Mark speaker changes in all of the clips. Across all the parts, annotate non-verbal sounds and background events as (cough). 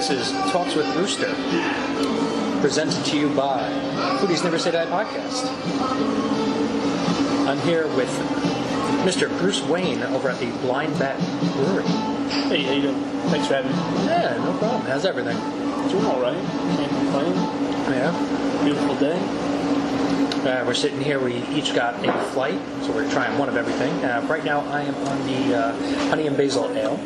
Speaker 1: Talks with Rooster, presented to you by Foodies Never Say Die Podcast. I'm here with Mr. Bruce Wayne over at the Blind Bat Brewery.
Speaker 2: Hey, how you doing? Thanks for having me.
Speaker 1: Yeah, no problem. How's everything?
Speaker 2: Doing all right. Can't complain.
Speaker 1: Yeah.
Speaker 2: Beautiful day.
Speaker 1: Uh, we're sitting here. We each got a flight, so we're trying one of everything. Uh, right now, I am on the uh, honey and basil ale.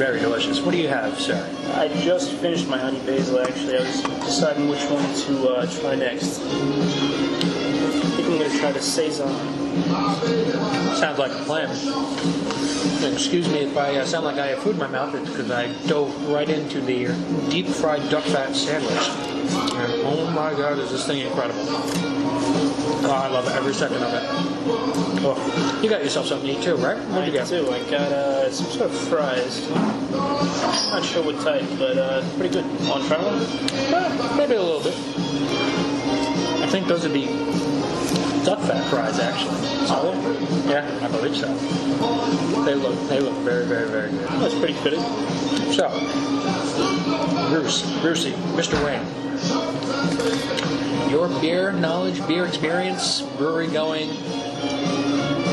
Speaker 1: Very delicious. What do you have, sir?
Speaker 2: I just finished my honey basil. Actually, I was deciding which one to uh, try next. I think I'm gonna try the saison.
Speaker 1: Sounds like a plan. Excuse me if I uh, sound like I have food in my mouth, it's because I dove right into the deep fried duck fat sandwich. And oh my god, is this thing incredible! Oh, I love every second of it. Oh, you got yourself something to eat too, right? What'd you
Speaker 2: I
Speaker 1: get?
Speaker 2: too. I got uh, some sort of fries. Not sure what type, but uh, pretty good. Want to try one?
Speaker 1: Well, Uh, maybe a little bit. I think those would be duck fat fries, actually.
Speaker 2: Solid.
Speaker 1: Yeah, I believe so. They look, they look very, very, very good.
Speaker 2: That's pretty good.
Speaker 1: So, Bruce, Brucey, Mr. Wayne, your beer knowledge, beer experience, brewery going,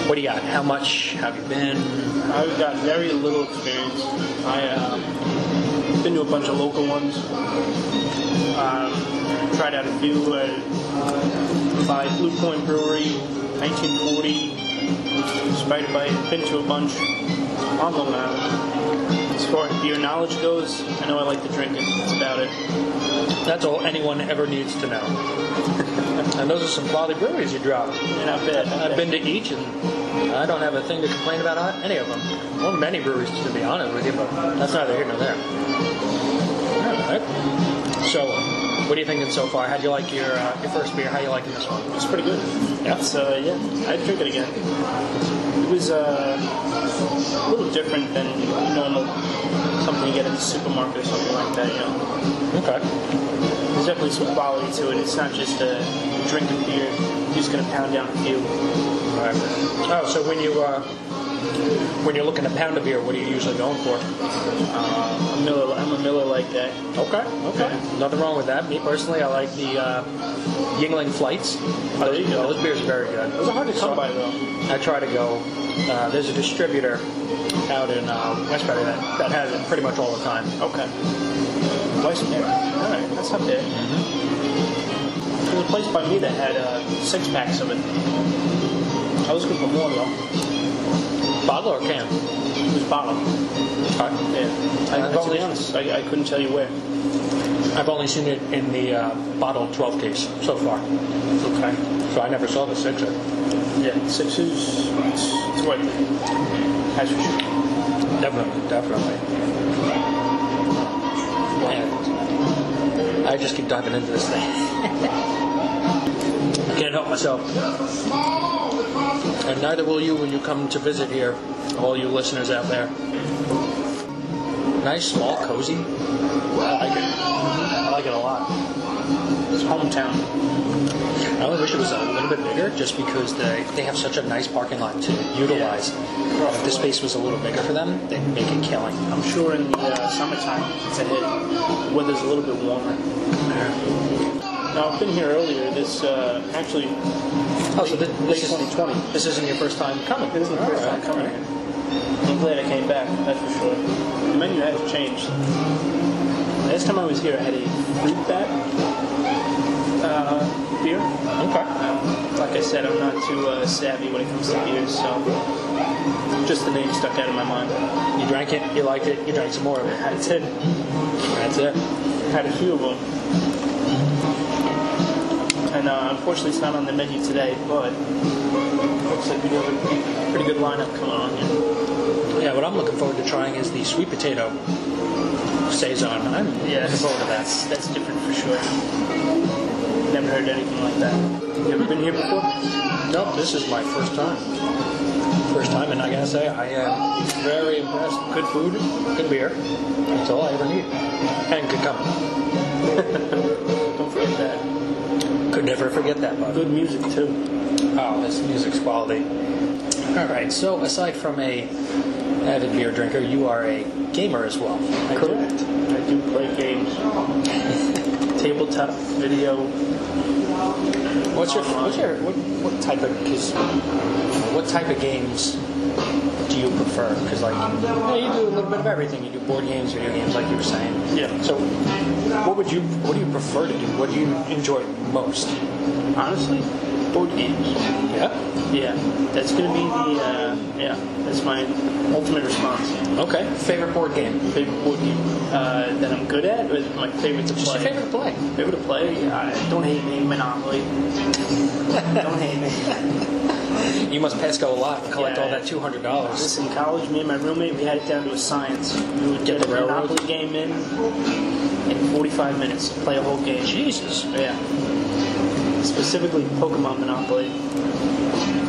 Speaker 1: what do you got? How much have you been?
Speaker 2: I've got very little experience. I uh, been to a bunch of local ones. Um, tried out a few uh, by Blue Point Brewery, 1940, Spider Bite. Been to a bunch on Long Island. As far as beer knowledge goes, I know I like to drink it. That's about it.
Speaker 1: That's all anyone ever needs to know. (laughs) and those are some quality breweries you dropped.
Speaker 2: And I've been,
Speaker 1: I've been to each, and I don't have a thing to complain about on any of them. Or many breweries, to be honest with you, but that's neither here nor there. All right. So, what are you thinking so far? How do you like your uh, your first beer? How you liking this one?
Speaker 2: It's pretty good.
Speaker 1: Yeah.
Speaker 2: It's, uh, yeah, I'd drink it again. It was uh, a little different than normal something you get at the supermarket or something like that, you know.
Speaker 1: Okay.
Speaker 2: There's definitely some quality to it. It's not just a drink of beer, you're just going to pound down a few.
Speaker 1: All right. Oh, so when you uh, when you're looking to pound a beer, what are you usually going for?
Speaker 2: I'm a Miller, I'm a Miller like that.
Speaker 1: Okay. Okay. Nothing wrong with that. Me personally, I like the uh, Yingling flights.
Speaker 2: Oh, There you go.
Speaker 1: Those beers are very good.
Speaker 2: Those are hard to come by, though.
Speaker 1: I try to go. Uh, there's a distributor out in uh, West Bay that, that has it pretty much all the time.
Speaker 2: Okay. Vice All right, that's not bad. Mm-hmm. There was a place by me that had uh, six packs of it. I was looking for more, though.
Speaker 1: Bottle or can?
Speaker 2: It was bottled.
Speaker 1: Okay.
Speaker 2: Yeah, I,
Speaker 1: Uh,
Speaker 2: I, to be honest, I, I couldn't tell you where.
Speaker 1: I've only seen it in the uh, bottle 12 case so far,
Speaker 2: Okay.
Speaker 1: so I never saw the sixer.
Speaker 2: Yeah, six is it's, it's right there. That's for sure.
Speaker 1: Definitely, definitely. And I just keep diving into this thing. (laughs) Can't help myself. And neither will you when you come to visit here, all you listeners out there. Nice, small, cozy. I like it. I like it a lot.
Speaker 2: It's hometown.
Speaker 1: I only wish it was a little bit bigger, just because they they have such a nice parking lot to utilize. If the space was a little bigger for them, they'd make it killing.
Speaker 2: I'm sure in the uh, summertime it's a hit. Weather's a little bit warmer. Now I've been here earlier. This uh, actually it
Speaker 1: Oh, so this,
Speaker 2: Late
Speaker 1: this is
Speaker 2: 2020.
Speaker 1: This isn't your first time coming.
Speaker 2: isn't the first time
Speaker 1: Alright,
Speaker 2: coming
Speaker 1: alright.
Speaker 2: here. I'm glad I came back. That's for sure. The menu has changed. Last time I was here, I had a fruit bat uh, beer.
Speaker 1: Okay.
Speaker 2: Um, like I said, I'm not too uh, savvy when it comes to beers, so just the name stuck out of my mind.
Speaker 1: You drank it. You liked it. You drank some more of it.
Speaker 2: I did
Speaker 1: That's it.
Speaker 2: had a few of them, and uh, unfortunately, it's not on the menu today. But looks like we do have a pretty- pretty good lineup coming on here.
Speaker 1: Yeah. What I'm looking forward to trying is the sweet potato saison. I'm looking forward to
Speaker 2: that's
Speaker 1: that.
Speaker 2: that's different for sure. Never heard anything like that. You ever been here before?
Speaker 1: Nope. This is my first time. First time, and I gotta say, I am very impressed. Good food, good beer. That's all I ever need. And good company.
Speaker 2: Don't forget that.
Speaker 1: Could never forget that, bud.
Speaker 2: Good music too.
Speaker 1: Oh, this music's quality. All right. So aside from a avid beer drinker, you are a gamer as well.
Speaker 2: I do-
Speaker 1: Correct.
Speaker 2: I do play games. Tabletop, video,
Speaker 1: What's your what's your what, what type of cause, what type of games do you prefer? Because like yeah, you do a little bit of everything. You do board games, video games, like you were saying.
Speaker 2: Yeah.
Speaker 1: So what would you what do you prefer to do? What do you enjoy most?
Speaker 2: honestly, board games.
Speaker 1: Yeah.
Speaker 2: Yeah, that's gonna be the uh, yeah. That's my ultimate response.
Speaker 1: Okay. Favorite board game.
Speaker 2: Favorite board game uh, that I'm good at, or my favorite to
Speaker 1: Just
Speaker 2: play.
Speaker 1: your favorite play.
Speaker 2: Favorite to play? I don't hate me. Monopoly. don't hate me.
Speaker 1: You must E pass go a lot and collect
Speaker 2: Yeah.
Speaker 1: all that two hundred dollars.
Speaker 2: Listen, college, me and my roommate, we had it down to a science. We would get,
Speaker 1: Get the
Speaker 2: a
Speaker 1: railroad?
Speaker 2: Monopoly game in in 45 minutes, play a whole game. Jesus. Yeah. Specifically Pokemon Monopoly.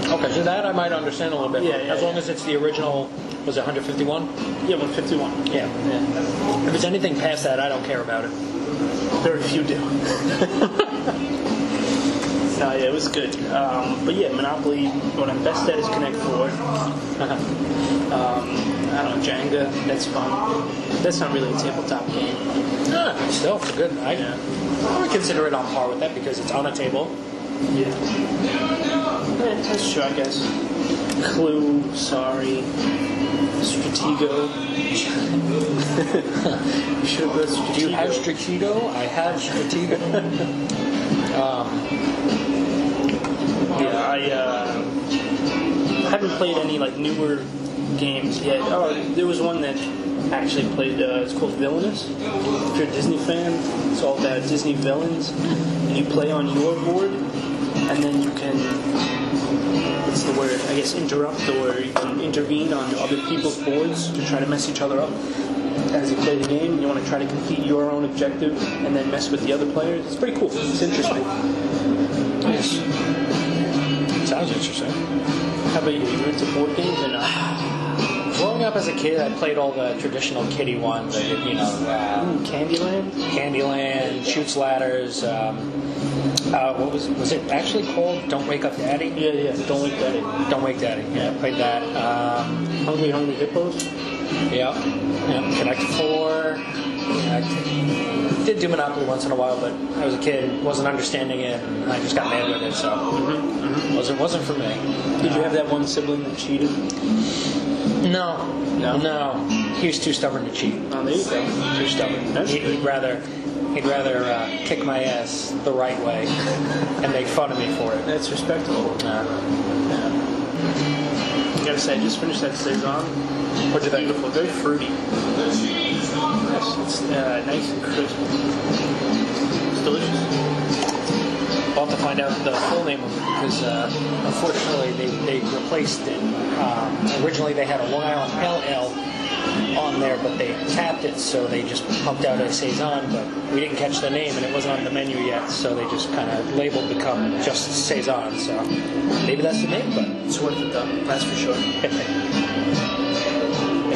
Speaker 1: Okay, so that I might understand a little bit.
Speaker 2: Yeah, yeah,
Speaker 1: as long
Speaker 2: yeah.
Speaker 1: as it's the original was it 151?
Speaker 2: Yeah, 151.
Speaker 1: Yeah.
Speaker 2: Yeah.
Speaker 1: If it's anything past that, I don't care about it.
Speaker 2: Very few do. (laughs) No, yeah, it was good. Um, but yeah, Monopoly, what I'm best at is Connect Four. (laughs) Um, I don't know, Jenga, that's fun. That's not really a tabletop game.
Speaker 1: Ah, still it's good. I,
Speaker 2: Yeah.
Speaker 1: I would consider it on par with that because it's on a table.
Speaker 2: Yeah. that's true, I guess. Clue, sorry. Stratego. (laughs) you should have got Stratego.
Speaker 1: Do you have Stratego? I have Stratego.
Speaker 2: Yeah, I uh, haven't played any like newer games yet. Oh, there was one that actually played. Uh, it's called Villainous. If you're a Disney fan, it's all about Disney villains, and you play on your board, and then you can. What's the word? I guess interrupt or you can intervene on other people's boards to try to mess each other up. As you play the game, you want to try to complete your own objective and then mess with the other players. It's pretty cool. It's interesting.
Speaker 1: yes. Sounds interesting.
Speaker 2: How about you? You're into board games or not?
Speaker 1: Growing up as a kid, I played all the traditional kiddie ones, uh, you know, uh,
Speaker 2: Candyland?
Speaker 1: Candyland, Shoots Ladders. Um, uh, what was was it actually called? Don't Wake Up Daddy.
Speaker 2: Yeah, yeah. Don't look at it.
Speaker 1: Don't Wake Daddy. Yeah, I played that. Um,
Speaker 2: Hungry Hungry Hippos?
Speaker 1: Yeah. yeah. Connect Four. Connect. Did do Monopoly once in a while, but I was a kid, wasn't understanding it, and I just got mad with it, so wasn't wasn't for me.
Speaker 2: Mm-hmm, Did you have that one sibling that cheated?
Speaker 1: No.
Speaker 2: No?
Speaker 1: No. He was too stubborn to cheat.
Speaker 2: Oh, there you go.
Speaker 1: Too stubborn.
Speaker 2: That's
Speaker 1: He, would rather he'd rather uh, kick my ass the right way and make fun of me for it.
Speaker 2: That's respectable.
Speaker 1: Uh,
Speaker 2: Yeah. I gotta say, I just finished that Saison.
Speaker 1: What'd you think?
Speaker 2: Beautiful, very fruity. Yes, it's uh, nice and crisp. It's delicious.
Speaker 1: I'll have to find out the full name of it because uh, unfortunately they, they replaced it. Um, originally they had a Long Island Pale Ale on there, but they tapped it, so they just pumped out a saison. But we didn't catch the name, and it wasn't on the menu yet, so they just kind of labeled the cup just saison. So maybe that's the name, but
Speaker 2: It's worth it though, that's for sure. I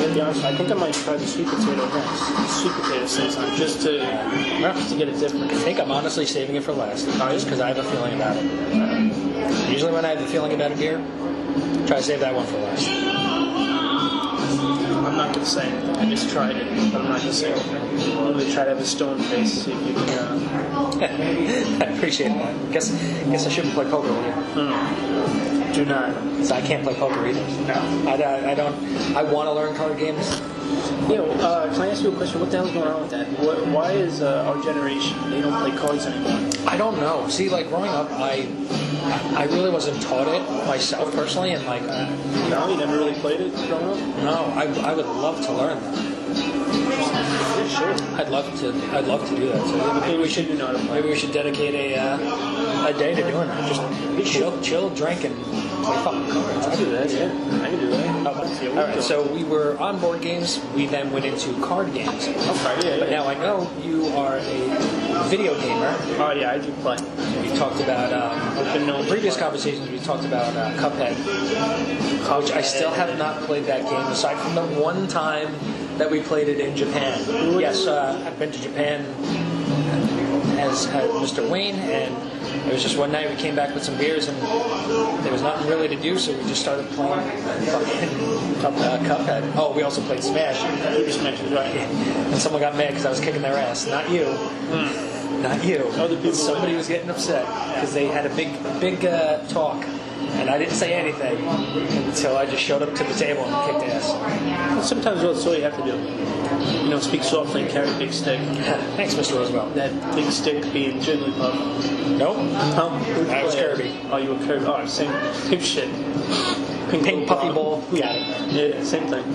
Speaker 2: gotta be honest, I think I might try the sweet potato next. The sweet potato Saison, just to, just to get it different.
Speaker 1: I think I'm honestly saving it for last, just because I have a feeling about it. Usually when I have a feeling about a beer, try to save that one for last.
Speaker 2: I'm not gonna say anything. I just tried it, but I'm not gonna say anything. I'm gonna try to have a stone face, see if you can. Uh,
Speaker 1: (laughs) I appreciate that. Guess guess I shouldn't play poker with you.
Speaker 2: mm, do not.
Speaker 1: So I can't play poker either.
Speaker 2: No.
Speaker 1: I, I, I don't. I want to learn card games.
Speaker 2: Yeah. well, Uh, can I ask you a question? What the hell's going on with that? What, why is uh, our generation they don't play cards anymore?
Speaker 1: I don't know. See, like growing up, I I really wasn't taught it myself personally, and like uh,
Speaker 2: No, you never really played it growing up.
Speaker 1: no, I, I would love to learn that.
Speaker 2: Yeah, sure.
Speaker 1: I'd love to. I'd love to do that. So maybe we should.
Speaker 2: do know how to play.
Speaker 1: Maybe we should dedicate a uh, a day to doing that. Just chill, chill, drink, and play fucking cards.
Speaker 2: I do that. Yeah, I can do that.
Speaker 1: All right. So we were on board games. We then went into card games.
Speaker 2: Okay. Yeah.
Speaker 1: But
Speaker 2: yeah.
Speaker 1: now I know you are a video gamer.
Speaker 2: Oh yeah, I do play.
Speaker 1: We talked about um,
Speaker 2: I've been known
Speaker 1: in
Speaker 2: to
Speaker 1: previous
Speaker 2: play.
Speaker 1: conversations. We talked about uh, Cuphead, which I still have not played that game aside from the one time that we played it in Japan. Yes, uh, I've been to Japan as has had Mr. Wayne, and it was just one night we came back with some beers, and there was nothing really to do, so we just started playing fucking Cup- uh, Cuphead. Oh, we also played Smash,
Speaker 2: You just mentioned right.
Speaker 1: and someone got mad because I was kicking their ass. Not you. Not you.
Speaker 2: Other people
Speaker 1: Somebody
Speaker 2: would.
Speaker 1: was getting upset because they had a big, big uh, talk, and I didn't say anything until I just showed up to the table and kicked ass. (laughs)
Speaker 2: Sometimes that's all you have to do. You know, speak softly and carry a big stick.
Speaker 1: Thanks, Mr. Roosevelt.
Speaker 2: That big stick being Jigglypuff.
Speaker 1: Nope.
Speaker 2: Huh?
Speaker 1: I was Kirby.
Speaker 2: Oh, you were Kirby. Oh, same, same shit. Pink,
Speaker 1: Pink puppy ball.
Speaker 2: Yeah, yeah, same thing.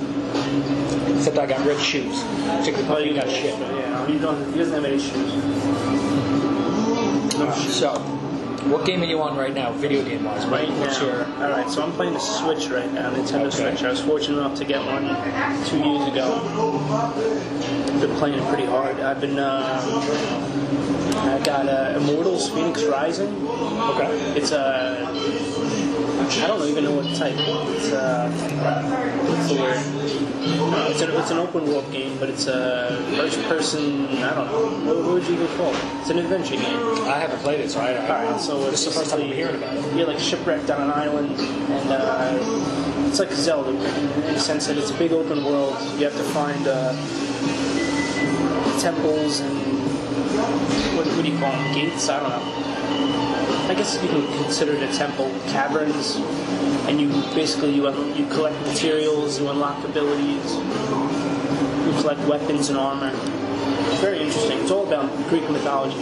Speaker 1: Except I got red shoes.
Speaker 2: Oh,
Speaker 1: Jigglypuff
Speaker 2: you
Speaker 1: got shit.
Speaker 2: Yeah, you don't. He doesn't have any shoes. No shoes.
Speaker 1: So, what game are you on right now, video game wise?
Speaker 2: Right
Speaker 1: What's
Speaker 2: now.
Speaker 1: your
Speaker 2: All right, so I'm playing the Switch right now, Nintendo
Speaker 1: Okay.
Speaker 2: Switch. I was fortunate enough to get one two years ago. Been playing it pretty hard. I've been. Uh, I got uh, Immortals: Phoenix Rising.
Speaker 1: okay?
Speaker 2: It's a. I don't even know what type. It's a. What's the word? No, it's, an, it's an open world game, but it's a first person. I don't know. What, what would you even call it? It's an adventure game.
Speaker 1: I haven't played it, so I don't.
Speaker 2: Alright, so it's
Speaker 1: This is the first time I'm
Speaker 2: basically-
Speaker 1: hearing about it.
Speaker 2: You're like shipwrecked on an island, and uh, it's like Zelda in the sense that it's a big open world. You have to find uh, temples and what, what do you call them? Gates? I don't know. I guess you can consider it a temple, caverns, and you basically you un- you collect materials, you unlock abilities, you collect weapons and armor. It's very interesting. It's all about Greek mythology.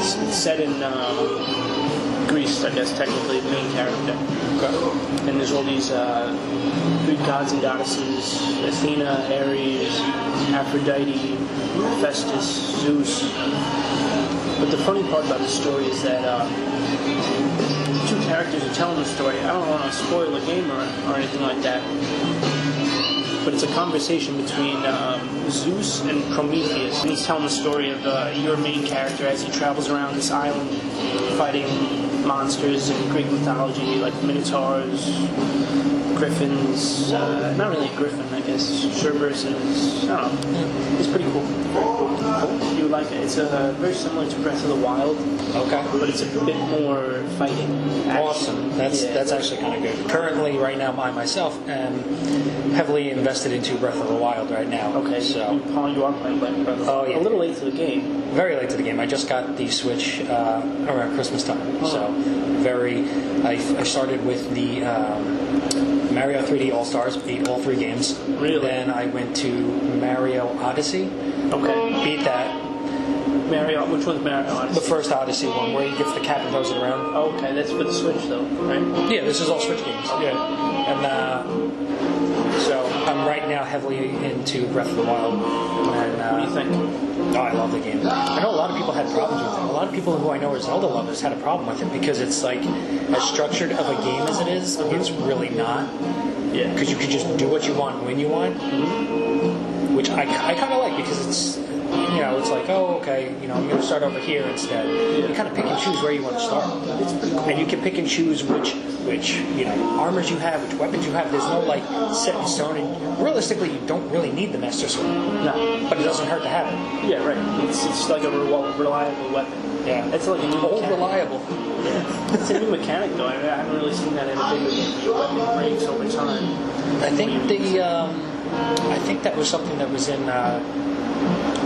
Speaker 2: It's it's set in uh, Greece, I guess, technically, the main character. And there's all these uh, Greek gods and goddesses Athena, Ares, Aphrodite, Festus, Zeus. But the funny part about the story is that uh, two characters are telling the story. I don't want to spoil the game or, or anything like that. But it's a conversation between um, Zeus and Prometheus. And he's telling the story of uh, your main character as he travels around this island fighting monsters in Greek mythology, like minotaurs, griffins. Uh, not really a griffin, I guess. Cerberus is. I don't know. It's pretty cool. You would like it. It's uh, very similar to Breath of the Wild
Speaker 1: Okay.
Speaker 2: but it's a bit more fighting. action.
Speaker 1: Awesome. That's
Speaker 2: Yeah.
Speaker 1: that's actually kind of good. Currently, right now, I myself am heavily invested into Breath of the Wild right now.
Speaker 2: okay. So you,
Speaker 1: So
Speaker 2: Paul, you are playing Black Brothers.
Speaker 1: Oh, yeah.
Speaker 2: A little late to the game.
Speaker 1: very late to the game. I just got the Switch uh, around Christmas time. So very. I, I started with the um, Mario 3D All Stars, beat all three games.
Speaker 2: Really?
Speaker 1: Then I went to Mario Odyssey,
Speaker 2: Okay.
Speaker 1: beat that.
Speaker 2: Mario, which one's Mario?
Speaker 1: The
Speaker 2: Odyssey?
Speaker 1: first Odyssey one, where he gets the cap and throws it around.
Speaker 2: Okay, that's for the Switch though, right?
Speaker 1: Yeah, this is all Switch games. Yeah. And uh, so I'm right now heavily into Breath of the Wild. And, uh,
Speaker 2: What do you think?
Speaker 1: Oh, I love the game. I know a lot of people had problems with it. A lot of people who I know are Zelda lovers had a problem with it because it's like as structured of a game as it is, it's really not.
Speaker 2: Yeah.
Speaker 1: Because you can just do what you want when you want, which I, I kind of like because it's, you know, it's like, oh, okay, you know, I'm going to start over here instead. You kind of pick and choose where you want to start. It's pretty cool. And you can pick and choose which, which you know, armors you have, which weapons you have. There's no, like, set in stone. And realistically, you don't really need the Master Sword,
Speaker 2: No.
Speaker 1: but it doesn't hurt to have it.
Speaker 2: Yeah, right. It's, it's like a re- reliable weapon.
Speaker 1: Yeah.
Speaker 2: It's like a new
Speaker 1: Old
Speaker 2: mechanic.
Speaker 1: reliable.
Speaker 2: It's a new mechanic though. I, I haven't really seen that in a video game. Your weapon breaks over time.
Speaker 1: I think the um, I think that was something that was in uh,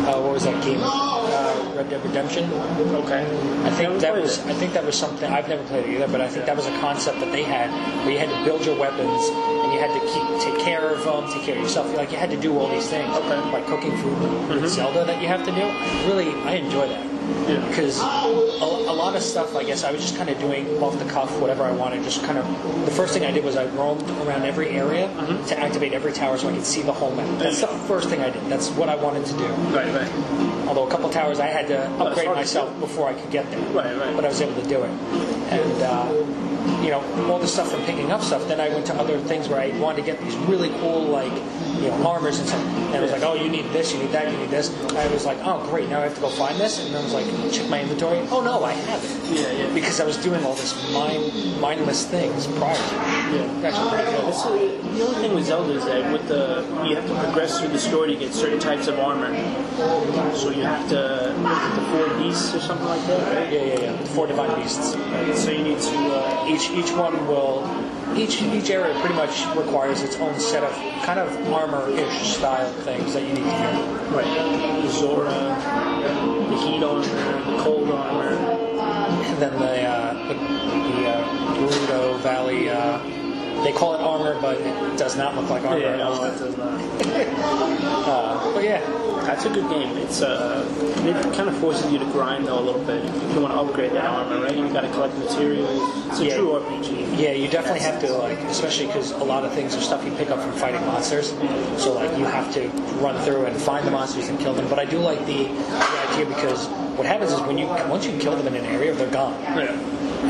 Speaker 1: uh, what was that game? Uh, Red Dead Redemption.
Speaker 2: Okay.
Speaker 1: I think
Speaker 2: Never
Speaker 1: that
Speaker 2: played
Speaker 1: was
Speaker 2: it.
Speaker 1: I think that was something I've never played it either, but I think that was a concept that they had where you had to build your weapons and you had to keep take care of them, take care of yourself. Like you had to do all these things,
Speaker 2: Okay. Mm-hmm.
Speaker 1: like cooking food with Zelda that you have to do. I really I enjoy that
Speaker 2: Yeah.
Speaker 1: because a, a lot of stuff, I guess, I was just kind of doing off the cuff, whatever I wanted. Just kind of the first thing I did was I roamed around every area
Speaker 2: Mm-hmm.
Speaker 1: to activate every tower so I could see the whole map. That's the first thing I did. That's what I wanted to do.
Speaker 2: Right, right.
Speaker 1: Although a couple towers I had to upgrade
Speaker 2: hard to
Speaker 1: myself
Speaker 2: do.
Speaker 1: before I could get there,
Speaker 2: Right, right.
Speaker 1: but I was able to do it. And uh, you know, from all the stuff from picking up stuff, then I went to other things where I wanted to get these really cool, like, you know, armors and stuff. And I was like, oh, you need this, you need that, you need this. I was like, oh, great, now I have to go find this. And I was like, check my inventory. Oh, no, I have it.
Speaker 2: Yeah, yeah.
Speaker 1: Because I was doing all this mind, mindless things prior to that.
Speaker 2: Yeah.
Speaker 1: It's actually pretty good.
Speaker 2: That's the, the only thing with Zelda is that with the you have to progress through the story to get certain types of armor. So you have to with the four beasts or something like that, right?
Speaker 1: Yeah, yeah, yeah. The four divine beasts.
Speaker 2: So you need to uh,
Speaker 1: each each one will each each area pretty much requires its own set of kind of armor-ish style things that you need to get.
Speaker 2: right the Zora, the heat armor, the cold armor.
Speaker 1: And then the uh, the, the uh, Gerudo Valley. Uh, they call it armor, but it does not look like armor
Speaker 2: Yeah,
Speaker 1: at
Speaker 2: no,
Speaker 1: all.
Speaker 2: that does not.
Speaker 1: Uh, but yeah,
Speaker 2: That's a good game. It's uh, it kind of forces you to grind though a little bit if you want to upgrade that armor, right? You got to collect materials. It's a
Speaker 1: Yeah.
Speaker 2: true RPG.
Speaker 1: yeah, you definitely have to like, especially because a lot of things are stuff you pick up from fighting monsters. So like, you have to run through and find the monsters and kill them. But I do like the, the idea because what happens is when you once you kill them in an area, they're gone.
Speaker 2: Yeah.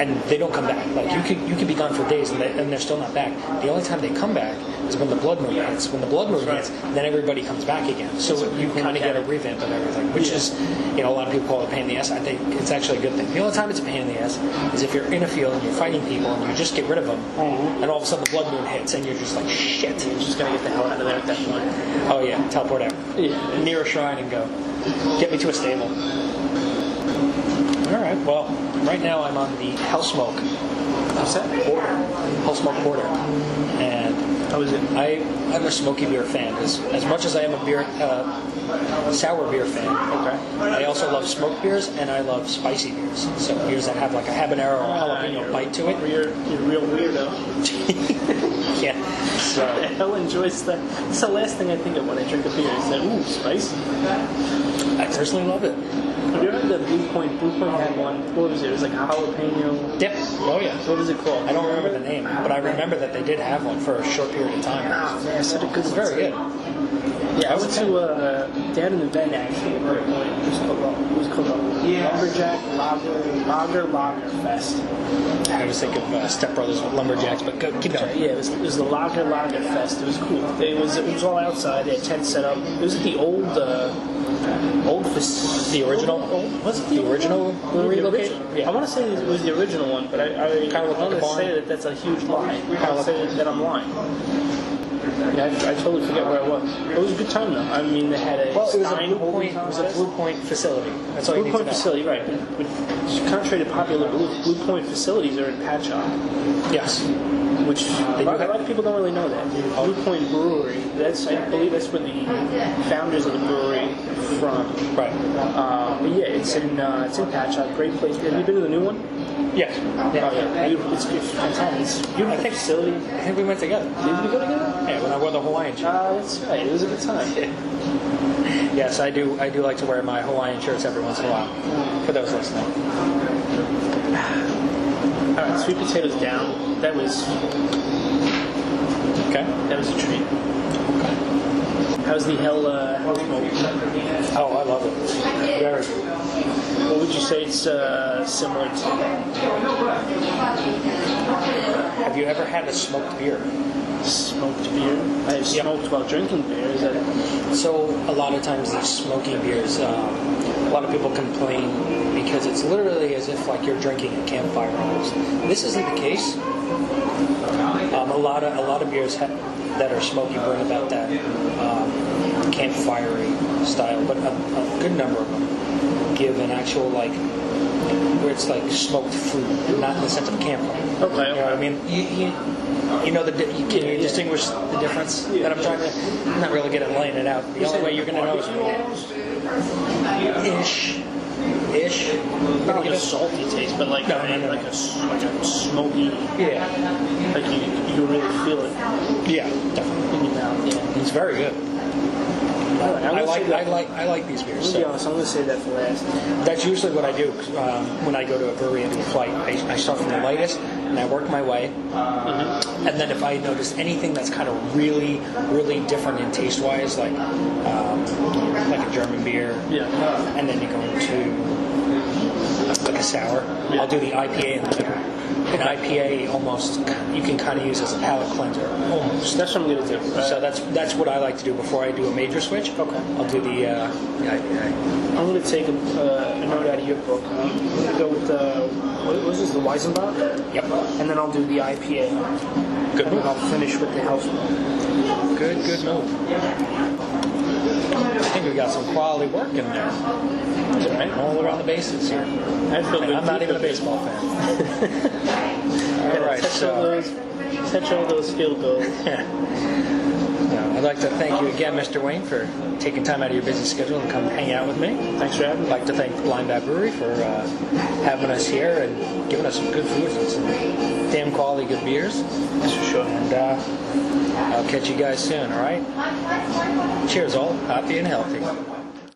Speaker 1: and they don't come back. Like you could you could be gone for days and, they, and they're still not back. The only time they come back is when the blood moon hits. When the blood moon
Speaker 2: right.
Speaker 1: hits, then everybody comes back again. So you kind of get a revamp of everything, which
Speaker 2: Yeah.
Speaker 1: is you know a lot of people call it a pain in the ass. I think it's actually a good thing. The only time it's a pain in the ass is if you're in a field and you're fighting people and you just get rid of them, and all of a sudden the blood moon hits and you're just like shit.
Speaker 2: You just gotta get the hell out of there at that point.
Speaker 1: Oh yeah, teleport out
Speaker 2: Yeah.
Speaker 1: near a shrine and go. Get me to a stable. All right. Well, right now I'm on the Hellsmoke
Speaker 2: What's that?
Speaker 1: porter, Hellsmoke porter, and
Speaker 2: How is it?
Speaker 1: I I'm a smoky beer fan. As as much as I am a beer uh, sour beer fan,
Speaker 2: Okay.
Speaker 1: I also love smoked beers and I love spicy beers. So beers that have like a habanero or jalapeno bite to it.
Speaker 2: Uh,
Speaker 1: (laughs)
Speaker 2: You're, you're a real weirdo.
Speaker 1: Yeah.
Speaker 2: (laughs) The
Speaker 1: So
Speaker 2: hell enjoys that. It's the last thing I think of when I drink a beer. Is that ooh spicy?
Speaker 1: I personally love it.
Speaker 2: Have you ever had the Blue Point? Blue Point had one. What was it? It was like a jalapeno.
Speaker 1: Dip. Oh yeah.
Speaker 2: What was it called?
Speaker 1: I don't remember the name, but I remember that they did have one for a short period of time.
Speaker 2: Oh, man, such a good
Speaker 1: It's very good.
Speaker 2: Yeah, I went to uh, they had an event actually at Blue Point. It was called it was called the Lumberjack Lager Lager Lager Fest.
Speaker 1: I always think of uh, Step Brothers with lumberjacks, but go, keep going.
Speaker 2: Yeah, it was, it was the Lager Lager Fest. It was cool. It was it was all outside. They had tents set up. It was at the old uh, old fac-
Speaker 1: The original?
Speaker 2: Old, was it
Speaker 1: The original when we
Speaker 2: The
Speaker 1: relocated?
Speaker 2: original.
Speaker 1: Yeah.
Speaker 2: I want to say it was the original one, but I, I
Speaker 1: Kinda looked like
Speaker 2: want
Speaker 1: a
Speaker 2: to
Speaker 1: barn.
Speaker 2: say that that's a huge lie.
Speaker 1: Kinda
Speaker 2: I'll
Speaker 1: looked-
Speaker 2: say that I'm lying. Yeah, I, I totally forget where I was. It was a good time though. I mean, they had a
Speaker 1: Well, it was a
Speaker 2: Stein
Speaker 1: Blue
Speaker 2: holding
Speaker 1: Point. It was a
Speaker 2: contest.
Speaker 1: Blue Point facility. That's all you
Speaker 2: Blue
Speaker 1: need
Speaker 2: Point
Speaker 1: to know.
Speaker 2: facility, right? But, but contrary to popular belief, Blue Point facilities are in Patchogue,
Speaker 1: Yes.
Speaker 2: which a
Speaker 1: do
Speaker 2: lot, a
Speaker 1: have-
Speaker 2: lot of people don't really know that. Blue Point Brewery. That's I believe that's where the founders of the brewery are from.
Speaker 1: Right.
Speaker 2: Uh, but yeah, it's in uh, it's in Patchogue. Great place. Have you been to the new one?
Speaker 1: Yes.
Speaker 2: Oh yeah, beautiful. It's, it's fantastic. It's a beautiful facility. Did
Speaker 1: I think we went together.
Speaker 2: we go together?
Speaker 1: Yeah, when I wore the Hawaiian shirt.
Speaker 2: Uh, that's right. It was a good time.
Speaker 1: Yes, I do. I do like to wear my Hawaiian shirts every once in a while. For those listening.
Speaker 2: All right, sweet potatoes down. That was
Speaker 1: Okay.
Speaker 2: that was a treat. How's the hell? Uh, hell's mode?
Speaker 1: Oh, I love it. Very. good.
Speaker 2: What would you say it's uh, similar to?
Speaker 1: Have you ever had a smoked beer?
Speaker 2: Smoked beer. I have
Speaker 1: Yep.
Speaker 2: smoked while drinking beer. Is that
Speaker 1: So a lot of times these smoky beers, um, a lot of people complain because it's literally as if like you're drinking a campfire almost. This isn't the case. Um, a lot of a lot of beers ha- that are smoky bring about that um, campfirey style, but a, a good number of them give an actual like where it's like smoked food, not in the sense of campfire.
Speaker 2: Okay,
Speaker 1: You know what I mean? You, you, you know the di- you, can
Speaker 2: Yeah,
Speaker 1: you
Speaker 2: yeah.
Speaker 1: distinguish the difference
Speaker 2: Yeah.
Speaker 1: that I'm trying to I'm not really good at laying it out. The only way you're gonna know
Speaker 2: uh,
Speaker 1: is ish, ish.
Speaker 2: not like a salty taste, but like
Speaker 1: No,
Speaker 2: a,
Speaker 1: no, no.
Speaker 2: like a s- like a smoky,
Speaker 1: Yeah,
Speaker 2: like you you can really feel it
Speaker 1: yeah, definitely.
Speaker 2: in your mouth. Yeah.
Speaker 1: It's very good.
Speaker 2: All right,
Speaker 1: I
Speaker 2: would
Speaker 1: like
Speaker 2: say that-
Speaker 1: I like I like these beers.
Speaker 2: I'm gonna be
Speaker 1: So.
Speaker 2: honest. I'm gonna say that for last.
Speaker 1: That's usually what I do um, when I go to a brewery and do a flight. I, I start from the lightest and I work my way.
Speaker 2: Mm-hmm.
Speaker 1: And then if I notice anything that's kind of really, really different in taste wise, like um, like a German beer,
Speaker 2: Yeah.
Speaker 1: and then you go into like a sour, I'll do the IPA in the middle. An IPA almost you can kind of use as a palate cleanser, almost.
Speaker 2: That's what I'm gonna do.
Speaker 1: So that's that's what I like to do before I do a major switch.
Speaker 2: uh, Okay.
Speaker 1: I'll do the, uh, the IPA.
Speaker 2: I'm gonna take a, uh, a note out of your book. I'm gonna go with the what was this, the Weizenbach,
Speaker 1: Yep.
Speaker 2: and then I'll do the IPA.
Speaker 1: Good
Speaker 2: And then
Speaker 1: move.
Speaker 2: I'll finish with the house one.
Speaker 1: Good, good move. I think we got some quality work in there.
Speaker 2: Right.
Speaker 1: All around the bases here.
Speaker 2: I feel
Speaker 1: And
Speaker 2: good.
Speaker 1: I'm not even a baseball fan. (laughs)
Speaker 2: Yeah,
Speaker 1: All right,
Speaker 2: touch all
Speaker 1: so
Speaker 2: those, touch all those field goals.
Speaker 1: No, I'd like to thank you again, Mr. Wayne, for taking time out of your busy schedule and come hang out with me.
Speaker 2: Thanks for having
Speaker 1: I'd
Speaker 2: me.
Speaker 1: like to thank Blind Bat Brewery for uh, having us here and giving us some good food and some damn quality good beers.
Speaker 2: That's for sure.
Speaker 1: And uh, I'll catch you guys soon, all right? Cheers, all. Happy and healthy.